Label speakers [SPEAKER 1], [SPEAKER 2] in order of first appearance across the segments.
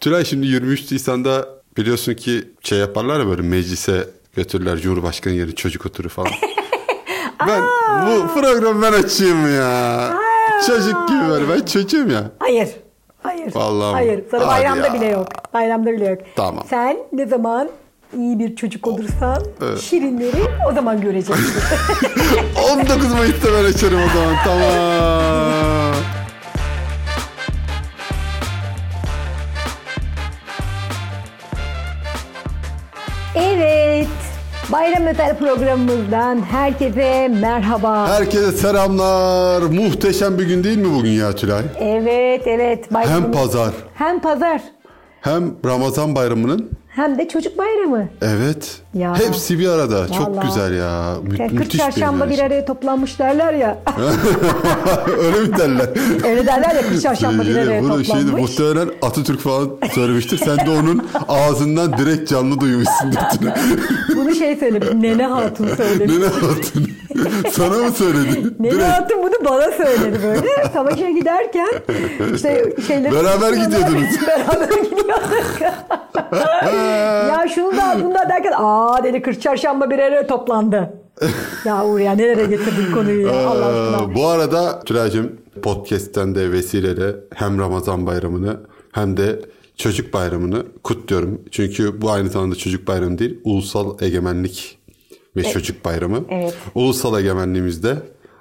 [SPEAKER 1] Tülay şimdi 23 Nisan'da biliyorsun ki şey yaparlar ya böyle meclise götürürler Cumhurbaşkanı yeri çocuk oturu falan. ben bu program ben açayım ya. Çocuk gibi böyle ben çocuğum ya.
[SPEAKER 2] Hayır. Hayır.
[SPEAKER 1] Vallahi mi?
[SPEAKER 2] Hayır. Sana
[SPEAKER 1] Hadi
[SPEAKER 2] bayramda
[SPEAKER 1] ya.
[SPEAKER 2] bile yok. Bayramda bile yok.
[SPEAKER 1] Tamam. Oh.
[SPEAKER 2] Sen ne zaman iyi bir çocuk olursan şirinleri o zaman göreceksin.
[SPEAKER 1] 19 Mayıs'ta ben açarım o zaman tamam.
[SPEAKER 2] evet. Bayram özel programımızdan herkese merhaba.
[SPEAKER 1] Herkese selamlar. Muhteşem bir gün değil mi bugün ya Tülay?
[SPEAKER 2] evet, evet. Bayramımız-
[SPEAKER 1] Hem pazar
[SPEAKER 2] Hem pazar
[SPEAKER 1] hem Ramazan bayramının
[SPEAKER 2] hem de çocuk bayramı.
[SPEAKER 1] evet
[SPEAKER 2] Ya.
[SPEAKER 1] hepsi bir arada. Çok
[SPEAKER 2] Vallahi.
[SPEAKER 1] güzel ya. Mü-
[SPEAKER 2] Yani 40
[SPEAKER 1] müthiş
[SPEAKER 2] çarşamba bir
[SPEAKER 1] enerji.
[SPEAKER 2] araya toplanmış derler ya.
[SPEAKER 1] Öyle mi derler?
[SPEAKER 2] Öyle derler ya 40 çarşamba bir araya
[SPEAKER 1] Bunu şeydi
[SPEAKER 2] toplanmış.
[SPEAKER 1] muhtemelen Atatürk falan söylemiştir. Sen de onun ağzından direkt canlı duymuşsundur.
[SPEAKER 2] Bunu şey söylemiş. Nene Hatun söylemiş.
[SPEAKER 1] Nene Hatun. Sana mı söyledi?
[SPEAKER 2] Nene Hatun bunu bana söyledi böyle. Savaşa giderken işte şeyleri...
[SPEAKER 1] Beraber gidiyordunuz.
[SPEAKER 2] Beraber gidiyorduk. ya şunu da bunu da derken aa dedi 40 çarşamba bir araya toplandı. Ya Uğur ya nereye getirdin konuyu ya Allah aşkına.
[SPEAKER 1] Ee, bu arada Tülay'cığım podcast'ten de vesileyle hem Ramazan bayramını hem de çocuk bayramını kutluyorum. Çünkü bu aynı zamanda çocuk bayramı değil, ulusal egemenlik ve çocuk bayramı.
[SPEAKER 2] E, Evet.
[SPEAKER 1] Ulusal egemenliğimizde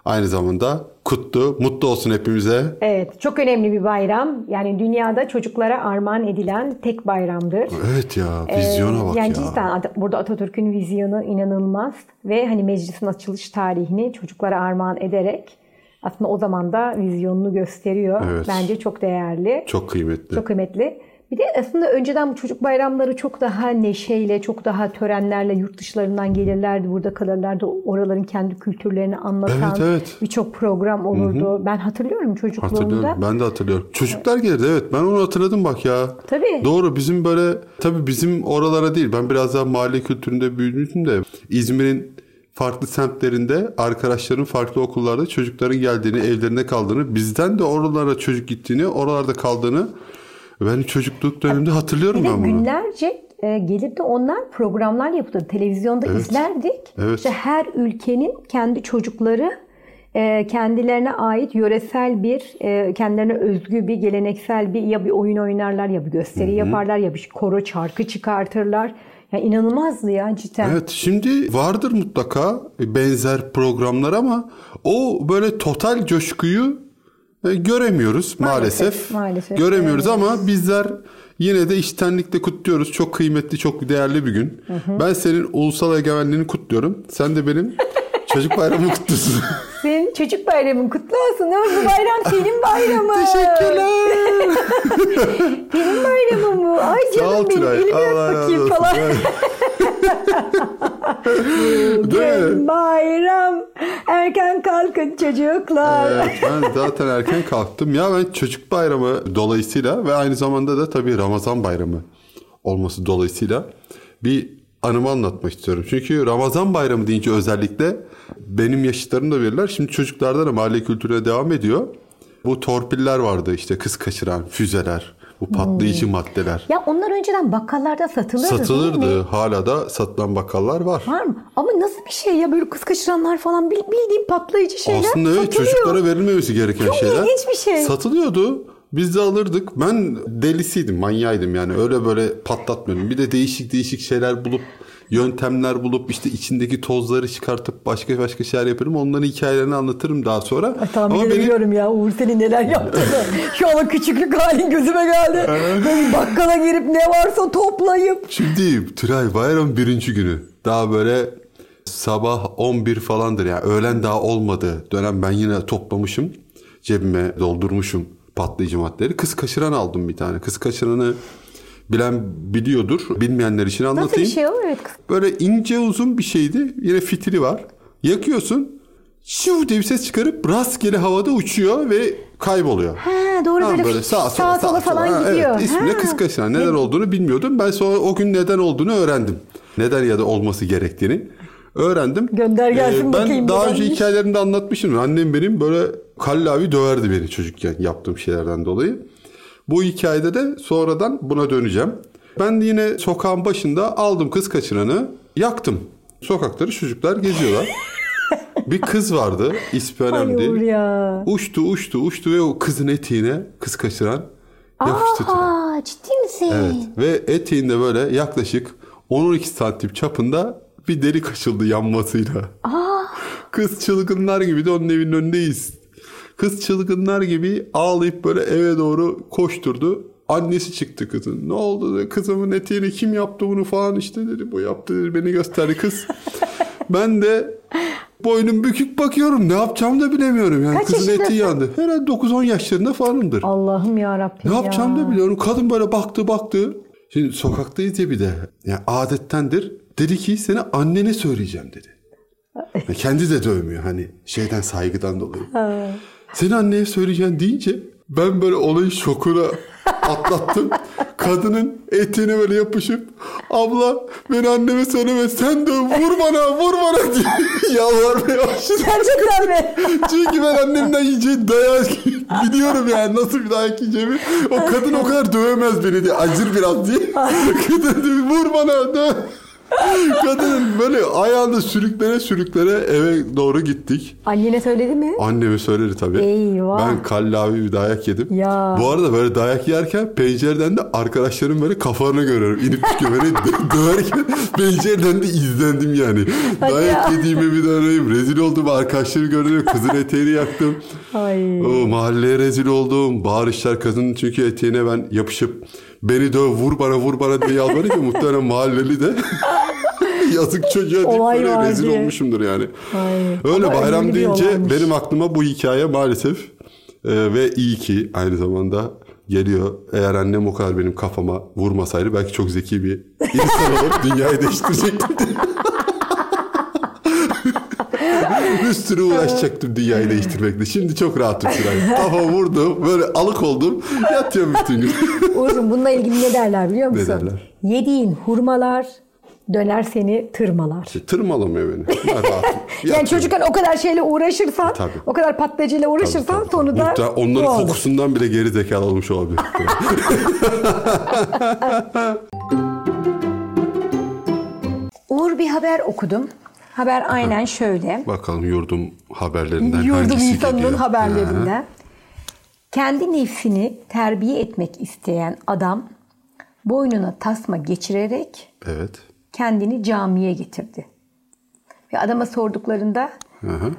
[SPEAKER 1] aynı zamanda kutlu, mutlu olsun hepimize.
[SPEAKER 2] Evet çok önemli bir bayram. Yani dünyada çocuklara armağan edilen tek bayramdır.
[SPEAKER 1] Evet ya, vizyona bak
[SPEAKER 2] Ee, yani
[SPEAKER 1] ya.
[SPEAKER 2] cidden At- burada Atatürk'ün vizyonu inanılmaz ve hani meclisin açılış tarihini çocuklara armağan ederek aslında o zaman da vizyonunu gösteriyor.
[SPEAKER 1] Evet.
[SPEAKER 2] Bence çok değerli, çok,
[SPEAKER 1] Çok kıymetli.
[SPEAKER 2] kıymetli. Bir de aslında önceden bu çocuk bayramları çok daha neşeyle, çok daha törenlerle yurt dışlarından gelirlerdi, burada kalırlardı. Oraların kendi kültürlerini anlatan
[SPEAKER 1] Evet, evet.
[SPEAKER 2] birçok program olurdu. Ben hatırlıyorum çocukluğumda.
[SPEAKER 1] Hatırlıyorum. Ben de hatırlıyorum. Çocuklar gelirdi evet. Ben onu hatırladım bak ya.
[SPEAKER 2] Tabii.
[SPEAKER 1] Doğru bizim böyle tabii bizim oralara değil. Ben biraz daha mahalle kültüründe büyüdüm de İzmir'in farklı semtlerinde arkadaşların farklı okullarda çocukların geldiğini, evlerinde kaldığını, bizden de oralara çocuk gittiğini, oralarda kaldığını ben çocukluk döneminde hatırlıyorum
[SPEAKER 2] Bir de
[SPEAKER 1] ben bunu.
[SPEAKER 2] günlerce e, gelip de onlar programlar yapıldı. Televizyonda izlerdik.
[SPEAKER 1] Evet.
[SPEAKER 2] İşte her ülkenin kendi çocukları e, kendilerine ait yöresel bir, e, kendilerine özgü bir geleneksel bir ya bir oyun oynarlar ya bir gösteri yaparlar ya bir koro şarkı çıkartırlar. Ya inanılmazdı ya cidden.
[SPEAKER 1] Evet şimdi vardır mutlaka e, benzer programlar ama o böyle total coşkuyu e, göremiyoruz maalesef.
[SPEAKER 2] maalesef
[SPEAKER 1] göremiyoruz ama bizler yine de içtenlikle kutluyoruz. Çok kıymetli, çok değerli bir gün. Ben senin ulusal egemenliğini kutluyorum. Sen de benim çocuk bayramımı kutluyorsun.
[SPEAKER 2] Senin çocuk bayramın kutlu olsun. Ama bu bayram senin bayramın.
[SPEAKER 1] Teşekkürler.
[SPEAKER 2] Senin bayramın bu. Ay
[SPEAKER 1] Sağ ol
[SPEAKER 2] canım benim
[SPEAKER 1] Tülay.
[SPEAKER 2] elimi öp
[SPEAKER 1] Allah razı
[SPEAKER 2] bakayım
[SPEAKER 1] olsun.
[SPEAKER 2] falan.
[SPEAKER 1] Değil mi?
[SPEAKER 2] Bugün bayram. Erken kalkın çocuklar.
[SPEAKER 1] Evet, ben zaten erken kalktım. Ya ben çocuk bayramı dolayısıyla ve aynı zamanda da tabii Ramazan bayramı olması dolayısıyla bir anımı anlatmak istiyorum. Çünkü Ramazan bayramı deyince özellikle benim yaşıtlarım da verirler. Şimdi çocuklarda da mahalle kültürüne devam ediyor. Bu torpiller vardı işte kız kaçıran füzeler, bu patlayıcı
[SPEAKER 2] Hmm.
[SPEAKER 1] maddeler.
[SPEAKER 2] Ya onlar önceden bakkallarda satılırdı. değil mi?
[SPEAKER 1] Satılırdı. Hala da satılan bakkallar var.
[SPEAKER 2] Var mı? Ama nasıl bir şey ya böyle kız kaçıranlar falan bil- bildiğin patlayıcı şeyler
[SPEAKER 1] Aslında evet
[SPEAKER 2] satılıyor.
[SPEAKER 1] çocuklara verilmemesi gereken
[SPEAKER 2] Çok
[SPEAKER 1] şeyler.
[SPEAKER 2] ilginç bir şey.
[SPEAKER 1] Satılıyordu. Biz de alırdık. Ben delisiydim, manyaydım yani. Öyle böyle patlatmıyordum. Bir de değişik değişik şeyler bulup yöntemler bulup işte içindeki tozları çıkartıp başka başka şeyler yaparım. Onların hikayelerini anlatırım daha sonra.
[SPEAKER 2] Ay, tahmin
[SPEAKER 1] Ama benim
[SPEAKER 2] edebiliyorum ya Uğur senin neler yaptığını. Şu an o küçüklük halin gözüme geldi.
[SPEAKER 1] Ee?
[SPEAKER 2] Böyle bakkala girip ne varsa toplayıp.
[SPEAKER 1] Şimdi Tülay Bayram birinci günü. Daha böyle sabah 11 falandır yani öğlen daha olmadı dönem ben yine toplamışım cebime doldurmuşum patlayıcı maddeleri. Kız kaşıran aldım bir tane. Kız kaşıranı bilen biliyordur. Bilmeyenler için anlatayım.
[SPEAKER 2] Nasıl bir şey o? Evet kız.
[SPEAKER 1] Böyle ince uzun bir şeydi. Yine fitili var. Yakıyorsun. Şiv diye bir ses çıkarıp rastgele havada uçuyor ve kayboluyor.
[SPEAKER 2] Ha, doğru
[SPEAKER 1] Tamam,
[SPEAKER 2] böyle,
[SPEAKER 1] sağa sola,
[SPEAKER 2] sağa sola falan
[SPEAKER 1] Ha,
[SPEAKER 2] gidiyor.
[SPEAKER 1] Evet, ismine
[SPEAKER 2] Ha.
[SPEAKER 1] kız kaşınan neden olduğunu bilmiyordum. Ben sonra o gün neden olduğunu öğrendim. Neden ya da olması gerektiğini öğrendim. Ee,
[SPEAKER 2] Gönder gelsin
[SPEAKER 1] ben
[SPEAKER 2] bakayım
[SPEAKER 1] daha önce
[SPEAKER 2] nedenmiş.
[SPEAKER 1] hikayelerimde anlatmışım. Annem benim böyle kallavi döverdi beni çocukken yaptığım şeylerden dolayı. Bu hikayede de sonradan buna döneceğim. Ben de yine sokağın başında aldım kız kaçıranı yaktım. Sokakları çocuklar geziyorlar. bir kız vardı. İsmi önemli
[SPEAKER 2] Ay Uğur
[SPEAKER 1] değil.
[SPEAKER 2] ya.
[SPEAKER 1] Uçtu uçtu uçtu ve o kızın etiğine kız kaçıran yapıştı. tutun.
[SPEAKER 3] Aa ciddi misin?
[SPEAKER 1] Evet. Ve eteğinde böyle yaklaşık 10-12 santim çapında bir delik açıldı yanmasıyla.
[SPEAKER 2] Ah.
[SPEAKER 1] Kız çılgınlar gibi de onun evinin önündeyiz. Kız çılgınlar gibi ağlayıp böyle eve doğru koşturdu. Annesi çıktı kızın. Ne oldu? dedi. Kızımın eteğini kim yaptı bunu falan işte dedi. Bu yaptı dedi. Beni gösterdi kız. ben de boynum bükük bakıyorum. Ne yapacağımı da bilemiyorum. Yani
[SPEAKER 2] Kaç
[SPEAKER 1] kızın eti
[SPEAKER 2] yaşındasın?
[SPEAKER 1] yandı. Herhalde 9-10 yaşlarında falanımdır.
[SPEAKER 2] Allah'ım ya Rabbim
[SPEAKER 1] Ne
[SPEAKER 2] ya.
[SPEAKER 1] yapacağım da biliyorum. Kadın böyle baktı baktı. Şimdi sokaktayız ya bir de. Yani adettendir. Dedi ki seni annene söyleyeceğim dedi. Ya kendi de dövmüyor hani şeyden saygıdan dolayı. Seni anneye söyleyeceğim deyince ben böyle olayın şokuna atlattım. Kadının etine böyle yapışıp abla beni anneme söyleme sen de vur bana vur bana diye yalvarmaya başladı.
[SPEAKER 2] Gerçekten mi?
[SPEAKER 1] Çünkü ben annemden yiyeceği dayak biliyorum yani nasıl bir dayak yiyeceğimi. O kadın o kadar dövemez beni diye acır biraz diye. kadın diyor, vur bana döv. Kadının böyle ayağında sürüklere sürüklere eve doğru gittik.
[SPEAKER 2] Annene söyledi mi?
[SPEAKER 1] Annemi söyledi tabii.
[SPEAKER 2] Eyvah.
[SPEAKER 1] Ben kallavi bir dayak yedim.
[SPEAKER 2] Ya.
[SPEAKER 1] Bu arada böyle dayak yerken pencereden de arkadaşlarım böyle kafalarını görüyorum. İnip çıkıyor böyle dö- döverken pencereden de izlendim yani.
[SPEAKER 2] Hadi
[SPEAKER 1] dayak
[SPEAKER 2] ya.
[SPEAKER 1] yediğimi bir de arayayım. Rezil oldum arkadaşlarım görüyor. Kızın eteğini yaktım.
[SPEAKER 2] Ay.
[SPEAKER 1] O, mahalleye rezil oldum. Bağırışlar kadının çünkü eteğine ben yapışıp beni döv vur bana vur bana diye yalvarınca muhtemelen mahalleli de yazık çocuğa deyip
[SPEAKER 2] Olay
[SPEAKER 1] böyle
[SPEAKER 2] var
[SPEAKER 1] rezil
[SPEAKER 2] diye.
[SPEAKER 1] olmuşumdur yani.
[SPEAKER 2] Ay.
[SPEAKER 1] Öyle
[SPEAKER 2] Ama önemli
[SPEAKER 1] bayram
[SPEAKER 2] bir
[SPEAKER 1] deyince
[SPEAKER 2] olaymış.
[SPEAKER 1] benim aklıma bu hikaye maalesef e, ve iyi ki aynı zamanda geliyor. Eğer annem o kadar benim kafama vurmasaydı belki çok zeki bir insan olup dünyayı değiştirecektim. bir sürü uğraşacaktım dünyayı değiştirmekle. Şimdi çok rahatım Şuray. Kafa vurdum, böyle alık oldum. Yatıyorum bütün gün.
[SPEAKER 2] Uğur'cum bununla ilgili ne derler biliyor musun?
[SPEAKER 1] derler?
[SPEAKER 2] Yediğin hurmalar döner seni tırmalar.
[SPEAKER 1] Tırmalamıyor beni. Ben rahatım.
[SPEAKER 2] Yani çocukken o kadar şeyle uğraşırsan,
[SPEAKER 1] Tabii.
[SPEAKER 2] o kadar patlayıcıyla uğraşırsan sonu da
[SPEAKER 1] Muhtemelen onların
[SPEAKER 2] bu olur.
[SPEAKER 1] kokusundan bile geri zekalı olmuş olabilir.
[SPEAKER 2] Uğur bir haber okudum. Haber aynen şöyle.
[SPEAKER 1] Bakalım yurdum haberlerinden
[SPEAKER 2] Yurdum
[SPEAKER 1] hangisi
[SPEAKER 2] insanının
[SPEAKER 1] geliyor? Ha.
[SPEAKER 2] haberlerinde. Kendi nefsini terbiye etmek isteyen adam boynuna tasma geçirerek
[SPEAKER 1] Evet.
[SPEAKER 2] kendini camiye getirdi. Ve adama sorduklarında
[SPEAKER 1] Aha.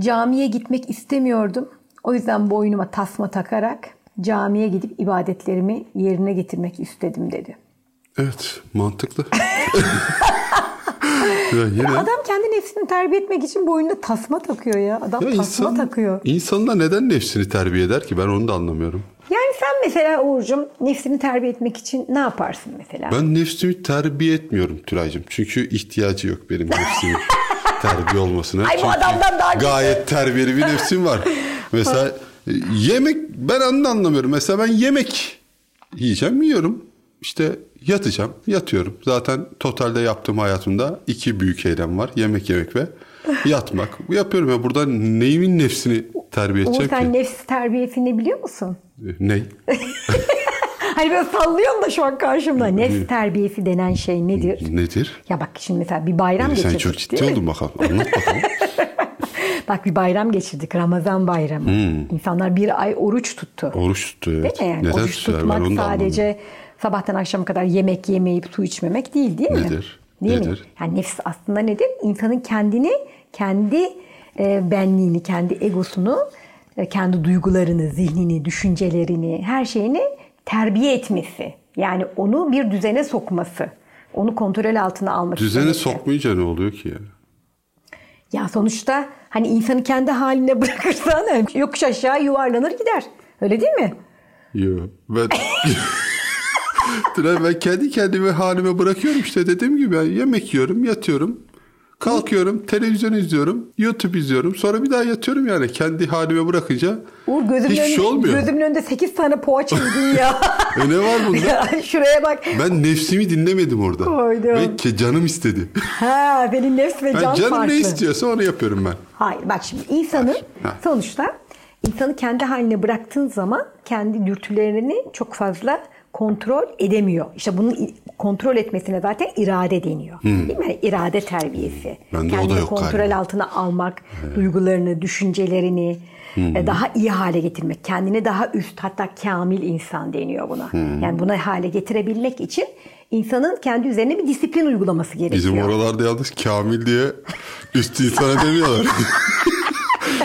[SPEAKER 2] camiye gitmek istemiyordum. O yüzden boynuma tasma takarak camiye gidip ibadetlerimi yerine getirmek istedim dedi.
[SPEAKER 1] Evet mantıklı. ya yine ya
[SPEAKER 2] Adam kendi nefsini terbiye etmek için boynuna tasma takıyor ya. Adam tasma
[SPEAKER 1] insan,
[SPEAKER 2] takıyor.
[SPEAKER 1] İnsanın da neden nefsini terbiye eder ki ben onu da anlamıyorum.
[SPEAKER 2] Yani sen mesela Uğur'cum nefsini terbiye etmek için ne yaparsın mesela?
[SPEAKER 1] Ben nefsimi terbiye etmiyorum Tülay'cığım. Çünkü ihtiyacı yok benim nefsimin terbiye olmasına.
[SPEAKER 2] Ay bu
[SPEAKER 1] Çünkü
[SPEAKER 2] adamdan daha kötü.
[SPEAKER 1] Gayet terbiyeli bir nefsim var. Mesela e, yemek ben onu da anlamıyorum. Mesela ben yemek yiyeceğim yiyorum. İşte yatacağım yatıyorum. Zaten totalde yaptığım hayatımda iki büyük eylem var. Yemek yemek ve yatmak. Yapıyorum ya burada neyimin nefsini terbiye
[SPEAKER 2] Uğur
[SPEAKER 1] edeceğim
[SPEAKER 2] sen
[SPEAKER 1] ki?
[SPEAKER 2] nefs terbiyesini biliyor musun?
[SPEAKER 1] Ney?
[SPEAKER 2] Hani böyle sallıyorum da şu an karşımda. Nefs terbiyesi denen şey nedir?
[SPEAKER 1] Nedir?
[SPEAKER 2] Ya bak şimdi mesela bir
[SPEAKER 1] Ee,
[SPEAKER 2] bayram geçirdik
[SPEAKER 1] sen çok ciddi
[SPEAKER 2] değil mi?
[SPEAKER 1] oldun bakalım. Anlat bakalım.
[SPEAKER 2] Bak bir bayram geçirdik. Ramazan bayramı. İnsanlar bir ay oruç tuttu.
[SPEAKER 1] Oruç tuttu Hmm. evet.
[SPEAKER 2] Değil mi? Yani oruç
[SPEAKER 1] tuttular? Ben
[SPEAKER 2] tutmak
[SPEAKER 1] onu da
[SPEAKER 2] sadece
[SPEAKER 1] anlamıyorum.
[SPEAKER 2] sabahtan akşama kadar yemek yemeyip su içmemek değil değil mi?
[SPEAKER 1] Nedir?
[SPEAKER 2] Değil mi?
[SPEAKER 1] Nedir?
[SPEAKER 2] Yani nefs aslında nedir? İnsanın kendini, kendi e, benliğini, kendi egosunu, e, kendi duygularını, zihnini, düşüncelerini, her şeyini terbiye etmesi. Yani onu bir düzene sokması. Onu kontrol altına almak
[SPEAKER 1] Düzene
[SPEAKER 2] istemesi.
[SPEAKER 1] sokmayınca ne oluyor ki ya?
[SPEAKER 2] Ya sonuçta hani insanı kendi haline bırakırsan yani yokuş aşağı yuvarlanır gider. Öyle değil mi?
[SPEAKER 1] Yo, ben... Tülay, ben kendi kendime halime bırakıyorum işte dediğim gibi ben yemek yiyorum yatıyorum kalkıyorum televizyon izliyorum YouTube izliyorum sonra bir daha yatıyorum yani kendi halime bırakınca
[SPEAKER 2] Uğur gözümün,
[SPEAKER 1] hiçbir
[SPEAKER 2] önünde,
[SPEAKER 1] şey olmuyor.
[SPEAKER 2] gözümün önünde 8 tane poğaça yedin ya.
[SPEAKER 1] E ne var bunda?
[SPEAKER 2] Ya Şuraya bak.
[SPEAKER 1] Ben nefsimi dinlemedim orada.
[SPEAKER 2] Koydum.
[SPEAKER 1] Ve ki canım istedi.
[SPEAKER 2] Ha benim nefs ve
[SPEAKER 1] Ben
[SPEAKER 2] can
[SPEAKER 1] canım
[SPEAKER 2] farklı.
[SPEAKER 1] ne istiyorsa onu yapıyorum ben.
[SPEAKER 2] Hayır bak şimdi insanın
[SPEAKER 1] Ha.
[SPEAKER 2] sonuçta insanı kendi haline bıraktığın zaman kendi dürtülerini çok fazla kontrol edemiyor. İşte bunu i- kontrol etmesine zaten irade deniyor. Değil mi? İrade terbiyesi.
[SPEAKER 1] Hmm. Bende o da
[SPEAKER 2] Kendini
[SPEAKER 1] yok
[SPEAKER 2] kontrol
[SPEAKER 1] galiba.
[SPEAKER 2] altına almak, duygularını, düşüncelerini
[SPEAKER 1] Hmm.
[SPEAKER 2] e, daha iyi hale getirmek. Kendini daha üst hatta kamil insan deniyor buna.
[SPEAKER 1] Hmm.
[SPEAKER 2] Yani buna hale getirebilmek için insanın kendi üzerine bir disiplin uygulaması gerekiyor.
[SPEAKER 1] Bizim oralarda yalnız Kamil diye üst insana demiyorlar.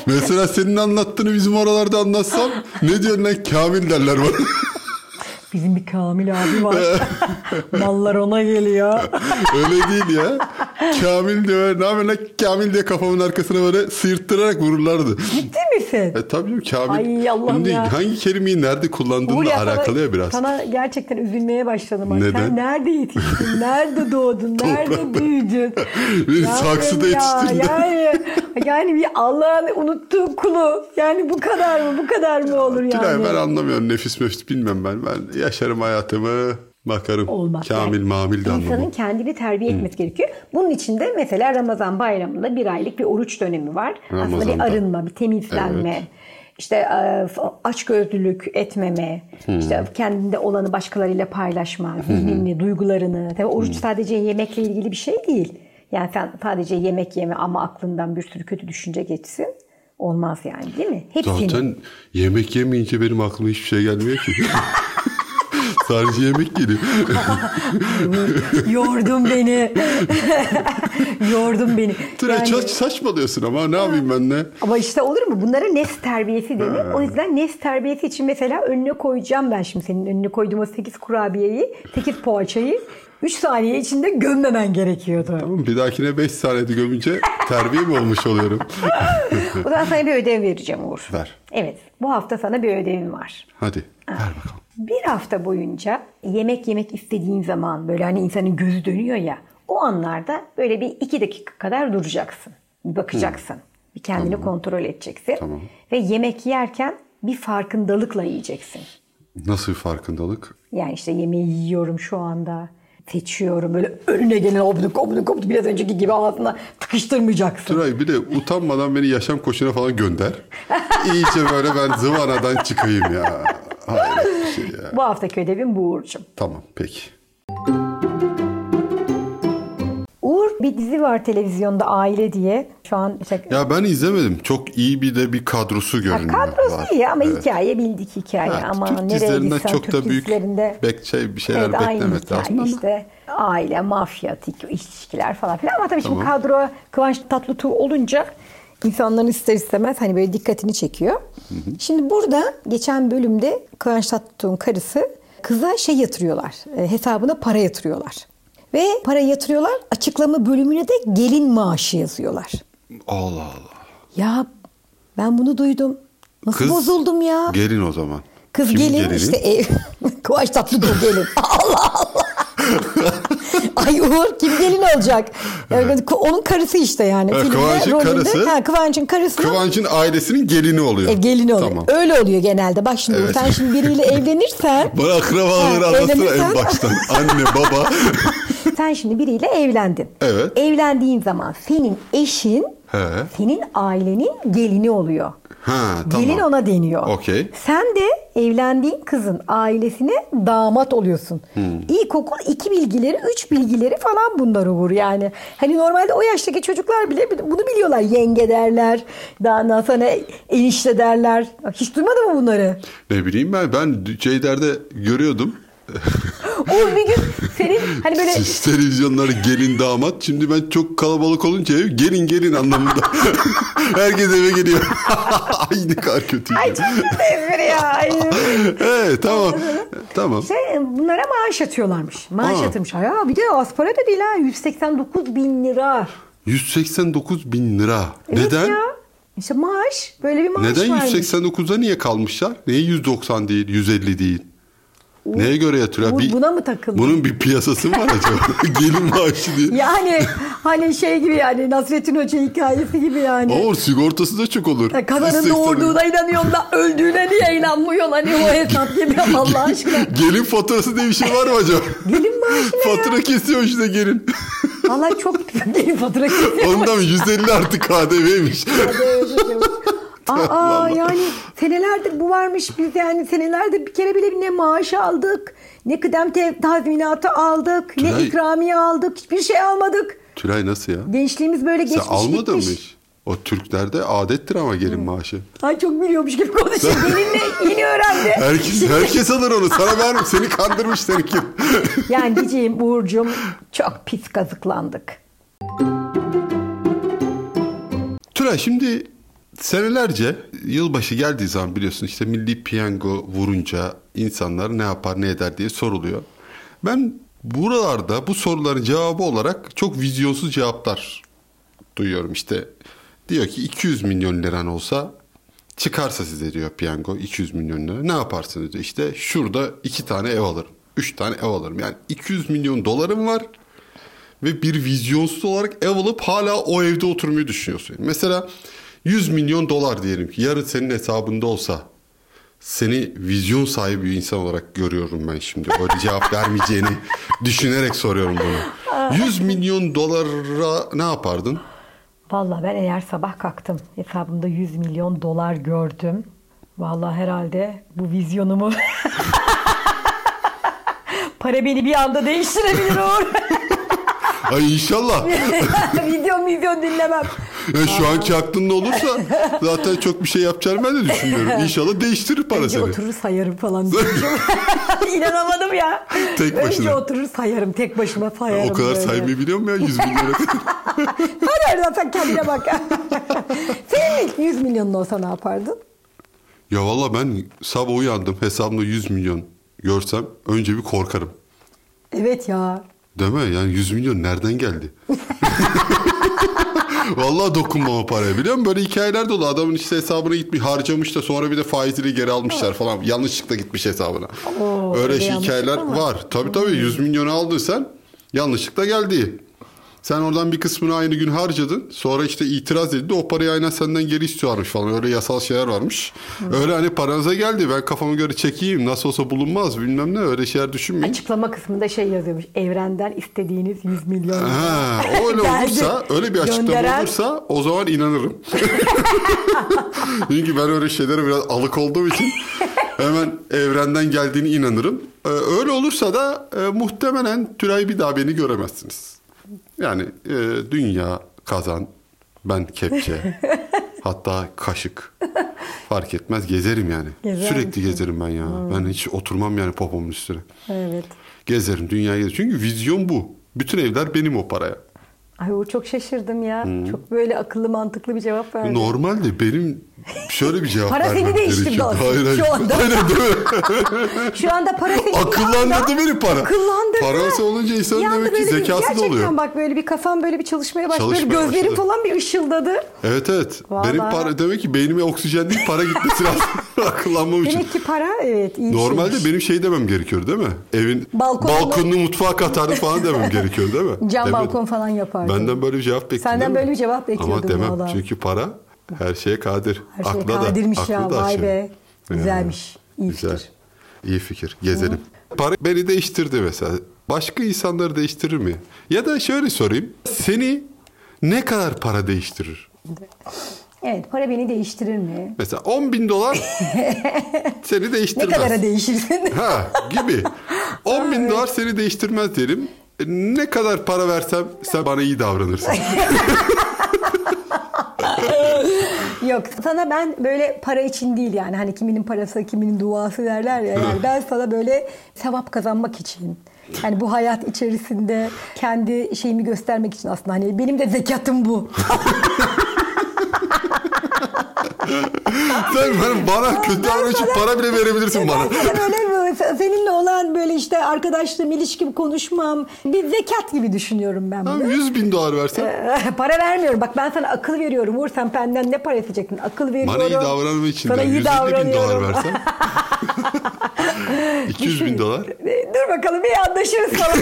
[SPEAKER 1] Mesela senin anlattığını bizim oralarda anlatsam ne diyorsun lan Kamil derler bana.
[SPEAKER 2] Bizim bir Kamil abi var. Mallar ona geliyor.
[SPEAKER 1] Öyle değil ya. Kamil diyor. Ne yapıyorsun lan Kamil diye kafamın arkasına böyle sıyırttırarak vururlardı.
[SPEAKER 2] Ciddi misin?
[SPEAKER 1] E tabii canım Kamil.
[SPEAKER 2] Ay Allah'ım
[SPEAKER 1] Şimdi
[SPEAKER 2] ya.
[SPEAKER 1] Hangi kelimeyi nerede
[SPEAKER 2] Uğur
[SPEAKER 1] kullandığınla
[SPEAKER 2] ya sana-
[SPEAKER 1] alakalı ya biraz.
[SPEAKER 2] Sana gerçekten üzülmeye başladım. Ay,
[SPEAKER 1] Neden?
[SPEAKER 2] Sen nerede yetiştin? Nerede doğdun? nerede büyüdün?
[SPEAKER 1] Bir
[SPEAKER 2] Yani
[SPEAKER 1] saksıda
[SPEAKER 2] ya,
[SPEAKER 1] yetiştirdim.
[SPEAKER 2] Yani, yani bir Allah'ın unuttuğu kulu. Yani bu kadar mı? Bu kadar mı olur yani?
[SPEAKER 1] Tülay ben anlamıyorum. Nefis mefis bilmem ben. Ben yaşarım hayatımı. Bakarım.
[SPEAKER 2] Olmaz.
[SPEAKER 1] Kamil
[SPEAKER 2] Yani
[SPEAKER 1] mamil de anlamam.
[SPEAKER 2] İnsanın kendini terbiye etmesi gerekiyor. Bunun için de mesela Ramazan bayramında bir aylık bir oruç dönemi var. Aslında bir
[SPEAKER 1] Ramazan'da.
[SPEAKER 2] arınma, bir temizlenme. işte e, f- açgözlülük etmeme, işte kendinde olanı başkalarıyla paylaşma, zihnini, duygularını. Tabii oruç sadece yemekle ilgili bir şey değil. Yani sen sadece yemek yeme ama aklından bir sürü kötü düşünce geçsin. Olmaz yani değil mi? Hepsini.
[SPEAKER 1] Zaten yemek yemeyince benim aklıma hiçbir şey gelmiyor ki. Sadece yemek geliyor.
[SPEAKER 2] Yordun beni. Yordun beni.
[SPEAKER 1] Tülay
[SPEAKER 2] Yani-
[SPEAKER 1] saç, saçmalıyorsun ama ne yapayım ben ne?
[SPEAKER 2] Ama işte olur mu? Bunlara nes terbiyesi denir. O yüzden nes terbiyesi için mesela önüne koyacağım ben şimdi senin önüne koyduğum o 8 kurabiyeyi, 8 poğaçayı 3 saniye içinde gömmemen gerekiyordu.
[SPEAKER 1] Tamam, Bir dahakine 5 saniyede gömünce terbiye mi olmuş oluyorum?
[SPEAKER 2] O zaman sana bir ödev vereceğim Uğur.
[SPEAKER 1] Ver.
[SPEAKER 2] Evet. Bu hafta sana bir ödevim var.
[SPEAKER 1] Hadi ver bakalım.
[SPEAKER 2] Bir hafta boyunca yemek yemek istediğin zaman böyle hani insanın gözü dönüyor ya o anlarda böyle bir iki dakika kadar duracaksın. Bir bakacaksın. Bir kendini kontrol edeceksin.
[SPEAKER 1] Tamam.
[SPEAKER 2] Ve yemek yerken bir farkındalıkla yiyeceksin.
[SPEAKER 1] Nasıl bir farkındalık?
[SPEAKER 2] Yani işte yemeği yiyorum şu anda. Seçiyorum böyle önüne gelen obduk obduk obduk biraz önceki gibi ağzına tıkıştırmayacaksın.
[SPEAKER 1] Tülay bir de utanmadan beni yaşam koşuna falan gönder. İyice böyle ben zıvanadan çıkayım ya. Hayret bir şey ya.
[SPEAKER 2] Bu haftaki ödevim bu Uğur'cum.
[SPEAKER 1] Tamam peki.
[SPEAKER 2] Uğur bir dizi var televizyonda aile diye. Şu an işte
[SPEAKER 1] Ya ben izlemedim. Çok iyi bir de bir kadrosu görünüyor.
[SPEAKER 2] kadrosu
[SPEAKER 1] Var.
[SPEAKER 2] iyi ama
[SPEAKER 1] Evet.
[SPEAKER 2] hikaye bildik hikaye.
[SPEAKER 1] Evet,
[SPEAKER 2] ama
[SPEAKER 1] Türk
[SPEAKER 2] nereye
[SPEAKER 1] dizilerinden
[SPEAKER 2] gitsen
[SPEAKER 1] çok
[SPEAKER 2] Türk
[SPEAKER 1] da büyük
[SPEAKER 2] dizilerinde
[SPEAKER 1] bek şey bir şeyler
[SPEAKER 2] evet, aynı
[SPEAKER 1] beklemek
[SPEAKER 2] hikaye
[SPEAKER 1] lazım ama
[SPEAKER 2] işte. Aile, mafya, tik- ilişkiler falan filan. Ama tabii şimdi
[SPEAKER 1] Tamam.
[SPEAKER 2] kadro Kıvanç Tatlıtuğ olunca insanların ister istemez hani böyle dikkatini çekiyor. Şimdi burada geçen bölümde Kıvanç Tatlıtuğ'un karısı kıza şey yatırıyorlar. e, Hesabına para yatırıyorlar. Ve para yatırıyorlar. Açıklama bölümüne de gelin maaşı yazıyorlar.
[SPEAKER 1] Allah Allah.
[SPEAKER 2] Ya ben bunu duydum. Nasıl bozuldum ya?
[SPEAKER 1] Gelin o zaman.
[SPEAKER 2] Kız
[SPEAKER 1] Kimin
[SPEAKER 2] gelin
[SPEAKER 1] gelini?
[SPEAKER 2] işte ev. Kıvanç Tatlıtuğ gelin. Allah Allah. Ay Uğur kim gelin olacak? Yani Onun karısı işte yani.
[SPEAKER 1] Evet,
[SPEAKER 2] Filmde
[SPEAKER 1] Kıvanç'ın
[SPEAKER 2] rolünde-
[SPEAKER 1] karısı.
[SPEAKER 2] Ha, Kıvanç'ın karısı.
[SPEAKER 1] Kıvanç'ın ailesinin gelini oluyor.
[SPEAKER 2] e, gelini oluyor.
[SPEAKER 1] Tamam.
[SPEAKER 2] Öyle oluyor genelde. Bak şimdi Uğur,
[SPEAKER 1] Evet.
[SPEAKER 2] sen şimdi biriyle evlenirsen
[SPEAKER 1] Bana akrabaları
[SPEAKER 2] Ha,
[SPEAKER 1] anlatsana
[SPEAKER 2] evlenirsen-
[SPEAKER 1] en baştan. Anne baba.
[SPEAKER 2] sen şimdi biriyle evlendin.
[SPEAKER 1] Evet.
[SPEAKER 2] Evlendiğin zaman senin eşin
[SPEAKER 1] He.
[SPEAKER 2] senin ailenin gelini oluyor.
[SPEAKER 1] Ha tamam.
[SPEAKER 2] Gelin ona deniyor.
[SPEAKER 1] Okey.
[SPEAKER 2] Sen de evlendiğin kızın ailesine damat oluyorsun.
[SPEAKER 1] Hmm.
[SPEAKER 2] İlkokul iki bilgileri, üç bilgileri falan bunlar Uğur yani. Hani normalde o yaştaki çocuklar bile bunu biliyorlar. Yenge derler, daha ondan sonra enişte derler. Hiç duymadın mı bunları?
[SPEAKER 1] Ne bileyim ben ben şeylerde görüyordum.
[SPEAKER 2] Uğur bir gün senin hani böyle
[SPEAKER 1] Siz televizyonları gelin damat. Şimdi ben çok kalabalık olunca ev gelin gelin anlamında. Herkes eve geliyor. Ay ne kadar kötüydü.
[SPEAKER 2] Ay çok kötü espri ya. Ay.
[SPEAKER 1] Evet tamam. tamam.
[SPEAKER 2] İşte e, bunlara maaş atıyorlarmış. Maaş
[SPEAKER 1] Aa.
[SPEAKER 2] atılmış. Ya bir de az para da değil ha. 189 bin lira.
[SPEAKER 1] 189 bin lira.
[SPEAKER 2] Evet
[SPEAKER 1] Neden?
[SPEAKER 2] Ya. İşte maaş. Böyle bir maaş
[SPEAKER 1] Neden
[SPEAKER 2] varmış.
[SPEAKER 1] 189'a niye kalmışlar? Niye 190 değil, 150 değil? Neye göre yatırıyor?
[SPEAKER 2] Uğur
[SPEAKER 1] Bir-
[SPEAKER 2] buna mı takıldı?
[SPEAKER 1] Bunun bir piyasası mı var acaba? Gelin maaşı diye.
[SPEAKER 2] Yani hani şey gibi yani Nasrettin Hoca hikayesi gibi yani.
[SPEAKER 1] Ama sigortası da çok olur.
[SPEAKER 2] Ya Kazanın
[SPEAKER 1] 180
[SPEAKER 2] doğurduğuna inanıyorum da öldüğüne niye inanmıyorsun? Hani o hesap gibi Allah aşkına.
[SPEAKER 1] Gelin faturası diye bir şey var mı acaba?
[SPEAKER 2] Gelin maaşı ne ya?
[SPEAKER 1] Fatura kesiyor işte gelin.
[SPEAKER 2] Valla çok gelin fatura kesiyor.
[SPEAKER 1] Ondan 150 artı KDV'ymiş.
[SPEAKER 2] Hadi öyle şey yok. Aa yani senelerdir bu varmış biz yani senelerdir bir kere bile ne maaş aldık, ne kıdem te- tazminatı aldık, ne
[SPEAKER 1] Tülay-
[SPEAKER 2] ikramiye aldık, hiçbir şey almadık.
[SPEAKER 1] Tülay nasıl ya?
[SPEAKER 2] Gençliğimiz böyle geçmiş
[SPEAKER 1] Sen almadın mı
[SPEAKER 2] gitmiş.
[SPEAKER 1] hiç? O Türklerde adettir ama gelin maaşı.
[SPEAKER 2] Ay çok biliyormuş gibi konuşuyor. Gelinle yeni öğrendi.
[SPEAKER 1] Herkes, herkes alır onu. Sana vermem. Seni kandırmış seninki.
[SPEAKER 2] Yani diyeceğim Uğur'cum çok pis kazıklandık.
[SPEAKER 1] Tülay şimdi senelerce yılbaşı geldiği zaman biliyorsun işte milli piyango vurunca insanlar ne yapar ne eder diye soruluyor. Ben buralarda bu soruların cevabı olarak çok vizyonsuz cevaplar duyuyorum işte. Diyor ki 200 milyon liran olsa çıkarsa size diyor piyango 200 milyon lira ne yaparsınız diyor. İşte şurada iki tane ev alırım. Üç tane ev alırım. Yani 200 milyon dolarım var ve bir vizyonsuz olarak ev alıp hala o evde oturmayı düşünüyorsun. Mesela 100 milyon dolar diyelim ki yarın senin hesabında olsa seni vizyon sahibi bir insan olarak görüyorum ben şimdi. Öyle cevap vermeyeceğini düşünerek soruyorum bunu. 100 milyon dolara ne yapardın?
[SPEAKER 2] Vallahi ben eğer sabah kalktım hesabımda 100 milyon dolar gördüm. Vallahi herhalde bu vizyonumu... Para beni bir anda değiştirebilir Uğur.
[SPEAKER 1] Ay inşallah.
[SPEAKER 2] vizyon vizyon dinlemem.
[SPEAKER 1] Ya şu anki aklında olursa zaten çok bir şey yapacağını ben de düşünmüyorum. İnşallah değiştirir para
[SPEAKER 2] Önce
[SPEAKER 1] seni.
[SPEAKER 2] oturur sayarım falan. diyorum. İnanamadım ya.
[SPEAKER 1] Tek
[SPEAKER 2] Önce
[SPEAKER 1] başına.
[SPEAKER 2] oturur sayarım. Tek başıma sayarım.
[SPEAKER 1] O kadar
[SPEAKER 2] böyle.
[SPEAKER 1] saymayı biliyor mu ya 100 milyona kadar?
[SPEAKER 2] Hadi oradan sen kendine bak. Senin ilk 100 milyonun olsa ne yapardın?
[SPEAKER 1] Ya valla ben sabah uyandım hesabımda 100 milyon görsem önce bir korkarım.
[SPEAKER 2] Evet ya.
[SPEAKER 1] Değil mi? Yani 100 milyon nereden geldi? Vallahi dokunmam o paraya biliyor musun? Böyle hikayeler dolu. Adamın işte hesabına gitmiş harcamış da sonra bir de faiziyle geri almışlar falan. Yanlışlıkla gitmiş hesabına.
[SPEAKER 2] Oo,
[SPEAKER 1] Öyle şey
[SPEAKER 2] öyle
[SPEAKER 1] hikayeler
[SPEAKER 2] yanlışlıkla mı?
[SPEAKER 1] var. Tabii tabii 100 milyonu aldın sen yanlışlıkla geldi. Sen oradan bir kısmını aynı gün harcadın. Sonra işte itiraz edildi. O parayı aynen senden geri istiyormuş falan. Öyle yasal şeyler varmış. Öyle hani paranıza geldi. Ben kafama göre çekeyim. Nasıl olsa bulunmaz bilmem ne. Öyle şeyler düşünmeyin.
[SPEAKER 2] Açıklama kısmında şey yazıyormuş. Evrenden istediğiniz 100 milyon.
[SPEAKER 1] Ha, o öyle
[SPEAKER 2] Geldi.
[SPEAKER 1] olursa, öyle bir açıklama
[SPEAKER 2] Gönderen-
[SPEAKER 1] olursa o zaman inanırım. Çünkü ben öyle şeylere biraz alık olduğum için hemen evrenden geldiğini inanırım. Ee, öyle olursa da e, muhtemelen Tülay bir daha beni göremezsiniz. Yani e, dünya kazan, ben kepçe, hatta kaşık. Fark etmez gezerim yani.
[SPEAKER 2] Gezer
[SPEAKER 1] Sürekli
[SPEAKER 2] misin? Hmm.
[SPEAKER 1] gezerim ben ya. Ben hiç oturmam yani popomun üstüne.
[SPEAKER 2] Evet.
[SPEAKER 1] Gezerim, dünyayı gezerim. Çünkü vizyon bu. Bütün evler benim o paraya.
[SPEAKER 2] Ay o çok şaşırdım ya. Çok böyle akıllı mantıklı bir cevap verdi.
[SPEAKER 1] Normalde benim şöyle bir cevap
[SPEAKER 2] Para seni
[SPEAKER 1] vermem
[SPEAKER 2] değiştirdi
[SPEAKER 1] gerekiyordu.
[SPEAKER 2] aslında
[SPEAKER 1] Hayır, hayır.
[SPEAKER 2] şu anda.
[SPEAKER 1] Aynen değil mi?
[SPEAKER 2] Şu anda para senin
[SPEAKER 1] Akıllandırdı beni para.
[SPEAKER 2] Akıllandırdı.
[SPEAKER 1] Parası olunca insan
[SPEAKER 2] Bir anda
[SPEAKER 1] demek ki
[SPEAKER 2] böyle bir-
[SPEAKER 1] zekası da oluyor.
[SPEAKER 2] Gerçekten bak böyle bir kafam böyle bir çalışmaya başladı. Böyle
[SPEAKER 1] Çalışmaya
[SPEAKER 2] gözlerim
[SPEAKER 1] başladı.
[SPEAKER 2] falan bir ışıldadı.
[SPEAKER 1] Evet evet.
[SPEAKER 2] Vallahi.
[SPEAKER 1] Benim para demek ki beynime oksijen değil para gitmesi lazım. Akıllanmam için.
[SPEAKER 2] Demek ki para evet iyi bir
[SPEAKER 1] Normalde
[SPEAKER 2] şeymiş.
[SPEAKER 1] benim şey demem gerekiyor değil mi? Evin
[SPEAKER 2] Balkonunu-
[SPEAKER 1] balkonunu mutfağa katardım falan demem gerekiyor değil mi?
[SPEAKER 2] Cam
[SPEAKER 1] Demedim.
[SPEAKER 2] balkon falan yapardım.
[SPEAKER 1] Benden böyle bir cevap bekledim.
[SPEAKER 2] Senden
[SPEAKER 1] değil mi?
[SPEAKER 2] böyle bir cevap bekliyordum
[SPEAKER 1] Ama demem
[SPEAKER 2] vallahi.
[SPEAKER 1] çünkü para her şeye kadir.
[SPEAKER 2] Her şey
[SPEAKER 1] Akla da-
[SPEAKER 2] kadirmiş ya
[SPEAKER 1] aklı da
[SPEAKER 2] vay
[SPEAKER 1] aşıyor.
[SPEAKER 2] be.
[SPEAKER 1] Yani.
[SPEAKER 2] Güzelmiş. İyi
[SPEAKER 1] Güzel.
[SPEAKER 2] fikir.
[SPEAKER 1] İyi fikir. Gezelim. Para beni değiştirdi mesela. Başka insanları değiştirir mi? Ya da şöyle sorayım. Seni ne kadar para değiştirir?
[SPEAKER 2] Evet para beni değiştirir mi?
[SPEAKER 1] Mesela 10 bin dolar seni
[SPEAKER 2] Ne
[SPEAKER 1] değiştirmez.
[SPEAKER 2] kadara değişirsin?
[SPEAKER 1] Ha gibi. 10 bin dolar seni değiştirmez diyelim. E, Ne kadar para versem sen bana iyi davranırsın.
[SPEAKER 2] Yok sana ben böyle para için değil yani hani kiminin parası kiminin duası derler ya yani ben sana böyle sevap kazanmak için yani bu hayat içerisinde kendi şeyimi göstermek için aslında hani benim de zekatım bu.
[SPEAKER 1] sen bana, bana kötü davranış için para bile verebilirsin bana.
[SPEAKER 2] Sana böyle böyle seninle olan böyle işte arkadaşlığım, ilişkim, konuşmam bir zekat gibi düşünüyorum ben bunu.
[SPEAKER 1] Tamam 100 bin dolar versen
[SPEAKER 2] para vermiyorum. Bak ben sana akıl veriyorum. Uğur sen benden ne para isteyecektin? Akıl veriyorum.
[SPEAKER 1] bana iyi davranmam için
[SPEAKER 2] Sana
[SPEAKER 1] de
[SPEAKER 2] iyi
[SPEAKER 1] 150 bin dolar
[SPEAKER 2] davranıyorum.
[SPEAKER 1] versen. 200 bin dolar.
[SPEAKER 2] Dur bakalım bir anlaşırız falan.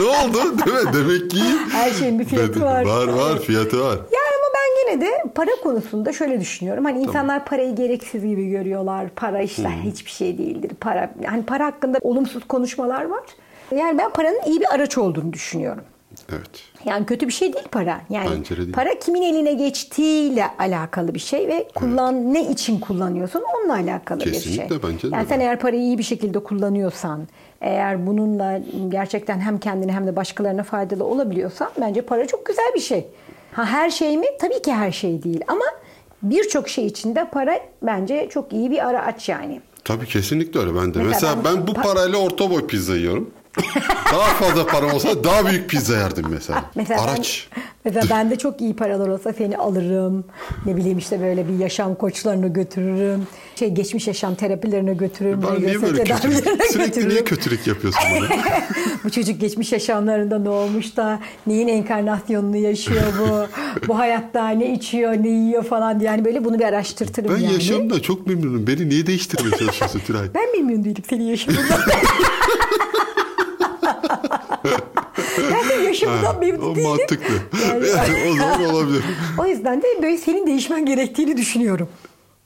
[SPEAKER 1] ne oldu? Değil mi? Demek ki
[SPEAKER 2] Her şeyin bir fiyatı var.
[SPEAKER 1] Var var fiyatı var.
[SPEAKER 2] Yani ama ben yine de para konusunda şöyle düşünüyorum. Hani insanlar parayı gereksiz gibi görüyorlar. Para işte hiçbir şey değildir. Para hani para hakkında olumsuz konuşmalar var. Yani ben paranın iyi bir araç olduğunu düşünüyorum.
[SPEAKER 1] Evet.
[SPEAKER 2] Yani kötü bir şey değil para. Yani
[SPEAKER 1] Bence de değil.
[SPEAKER 2] para kimin eline geçtiğiyle alakalı bir şey ve kullan ne için kullanıyorsun onunla alakalı bir şey.
[SPEAKER 1] Kesinlikle bence de
[SPEAKER 2] Yani sen
[SPEAKER 1] öyle.
[SPEAKER 2] eğer parayı iyi bir şekilde kullanıyorsan, eğer bununla gerçekten hem kendine hem de başkalarına faydalı olabiliyorsan bence para çok güzel bir şey. Ha her şey mi? Tabii ki her şey değil ama birçok şey içinde para bence çok iyi bir araç yani.
[SPEAKER 1] Tabii kesinlikle öyle ben de.
[SPEAKER 2] Mesela
[SPEAKER 1] Mesela,
[SPEAKER 2] ben-
[SPEAKER 1] ben, bu parayla orta boy pizza yiyorum. daha fazla param olsa daha büyük pizza yerdim mesela.
[SPEAKER 2] Mesela
[SPEAKER 1] Araç.
[SPEAKER 2] Ben, mesela bende çok iyi paralar olsa seni alırım. Ne bileyim işte böyle bir yaşam koçlarına götürürüm. Şey geçmiş yaşam terapilerine götürürüm.
[SPEAKER 1] E Ben niye
[SPEAKER 2] regresyon
[SPEAKER 1] böyle
[SPEAKER 2] tedavilerine
[SPEAKER 1] kötülük, sürekli niye
[SPEAKER 2] götürürüm.
[SPEAKER 1] kötülük yapıyorsun bana?
[SPEAKER 2] bu çocuk geçmiş yaşamlarında ne olmuş da neyin enkarnasyonunu yaşıyor bu. bu hayatta ne içiyor ne yiyor falan diye. Yani böyle bunu bir araştırtırım
[SPEAKER 1] Ben
[SPEAKER 2] yani.
[SPEAKER 1] yaşamda çok memnunum. Beni niye değiştirmeye çalışıyorsun Tülay?
[SPEAKER 2] Ben memnun değilim senin yaşamından. ben senin yaşamından memnun
[SPEAKER 1] o
[SPEAKER 2] değilim.
[SPEAKER 1] mantıklı.
[SPEAKER 2] Yani-
[SPEAKER 1] Yani o zaman olabilir.
[SPEAKER 2] O yüzden de böyle senin değişmen gerektiğini düşünüyorum.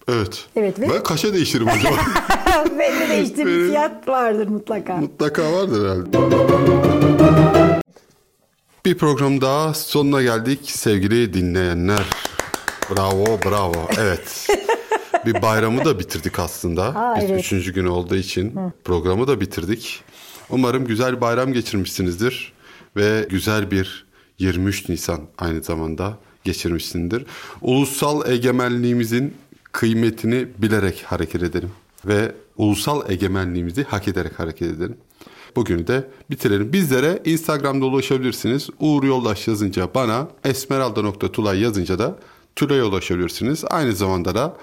[SPEAKER 1] Evet.
[SPEAKER 2] Evet, ve-
[SPEAKER 1] Ben kaşa değişirim acaba.
[SPEAKER 2] Belli değiştiği bir fiyat vardır mutlaka.
[SPEAKER 1] Mutlaka vardır herhalde. Bir program daha sonuna geldik sevgili dinleyenler. Bravo, bravo. Evet. Bir bayramı da bitirdik aslında.
[SPEAKER 2] Aa,
[SPEAKER 1] Biz
[SPEAKER 2] evet.
[SPEAKER 1] üçüncü gün olduğu için programı da bitirdik. Umarım güzel bir bayram geçirmişsinizdir ve güzel bir 23 Nisan aynı zamanda geçirmişsindir. Ulusal egemenliğimizin kıymetini bilerek hareket edelim ve ulusal egemenliğimizi hak ederek hareket edelim. Bugünü de bitirelim. Bizlere Instagram'da ulaşabilirsiniz. Uğur Yoldaş yazınca bana, esmeralda.tulay yazınca da Tülay'a ulaşabilirsiniz. Aynı zamanda da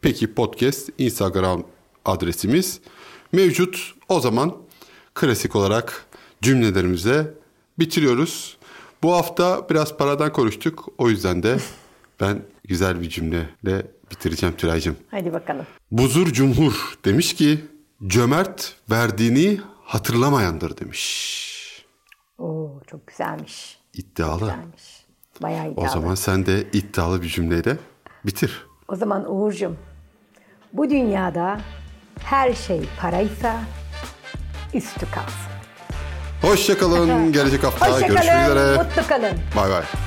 [SPEAKER 1] Peki Podcast Instagram adresimiz mevcut. O zaman klasik olarak cümlelerimize bitiriyoruz. Bu hafta biraz paradan konuştuk. O yüzden de ben güzel bir cümleyle bitireceğim Tülay'cığım.
[SPEAKER 2] Hadi bakalım.
[SPEAKER 1] Buzur Cumhur demiş ki cömert verdiğini hatırlamayandır demiş.
[SPEAKER 2] Oo çok güzelmiş.
[SPEAKER 1] İddialı.
[SPEAKER 2] Güzelmiş. Bayağı iddialı.
[SPEAKER 1] O zaman sen de iddialı bir cümleyle bitir.
[SPEAKER 2] O zaman Uğur'cum bu dünyada her şey paraysa üstü kalsın.
[SPEAKER 1] Hoşçakalın. Gelecek hafta görüşmek üzere.
[SPEAKER 2] Mutlu kalın.
[SPEAKER 1] Bay bay.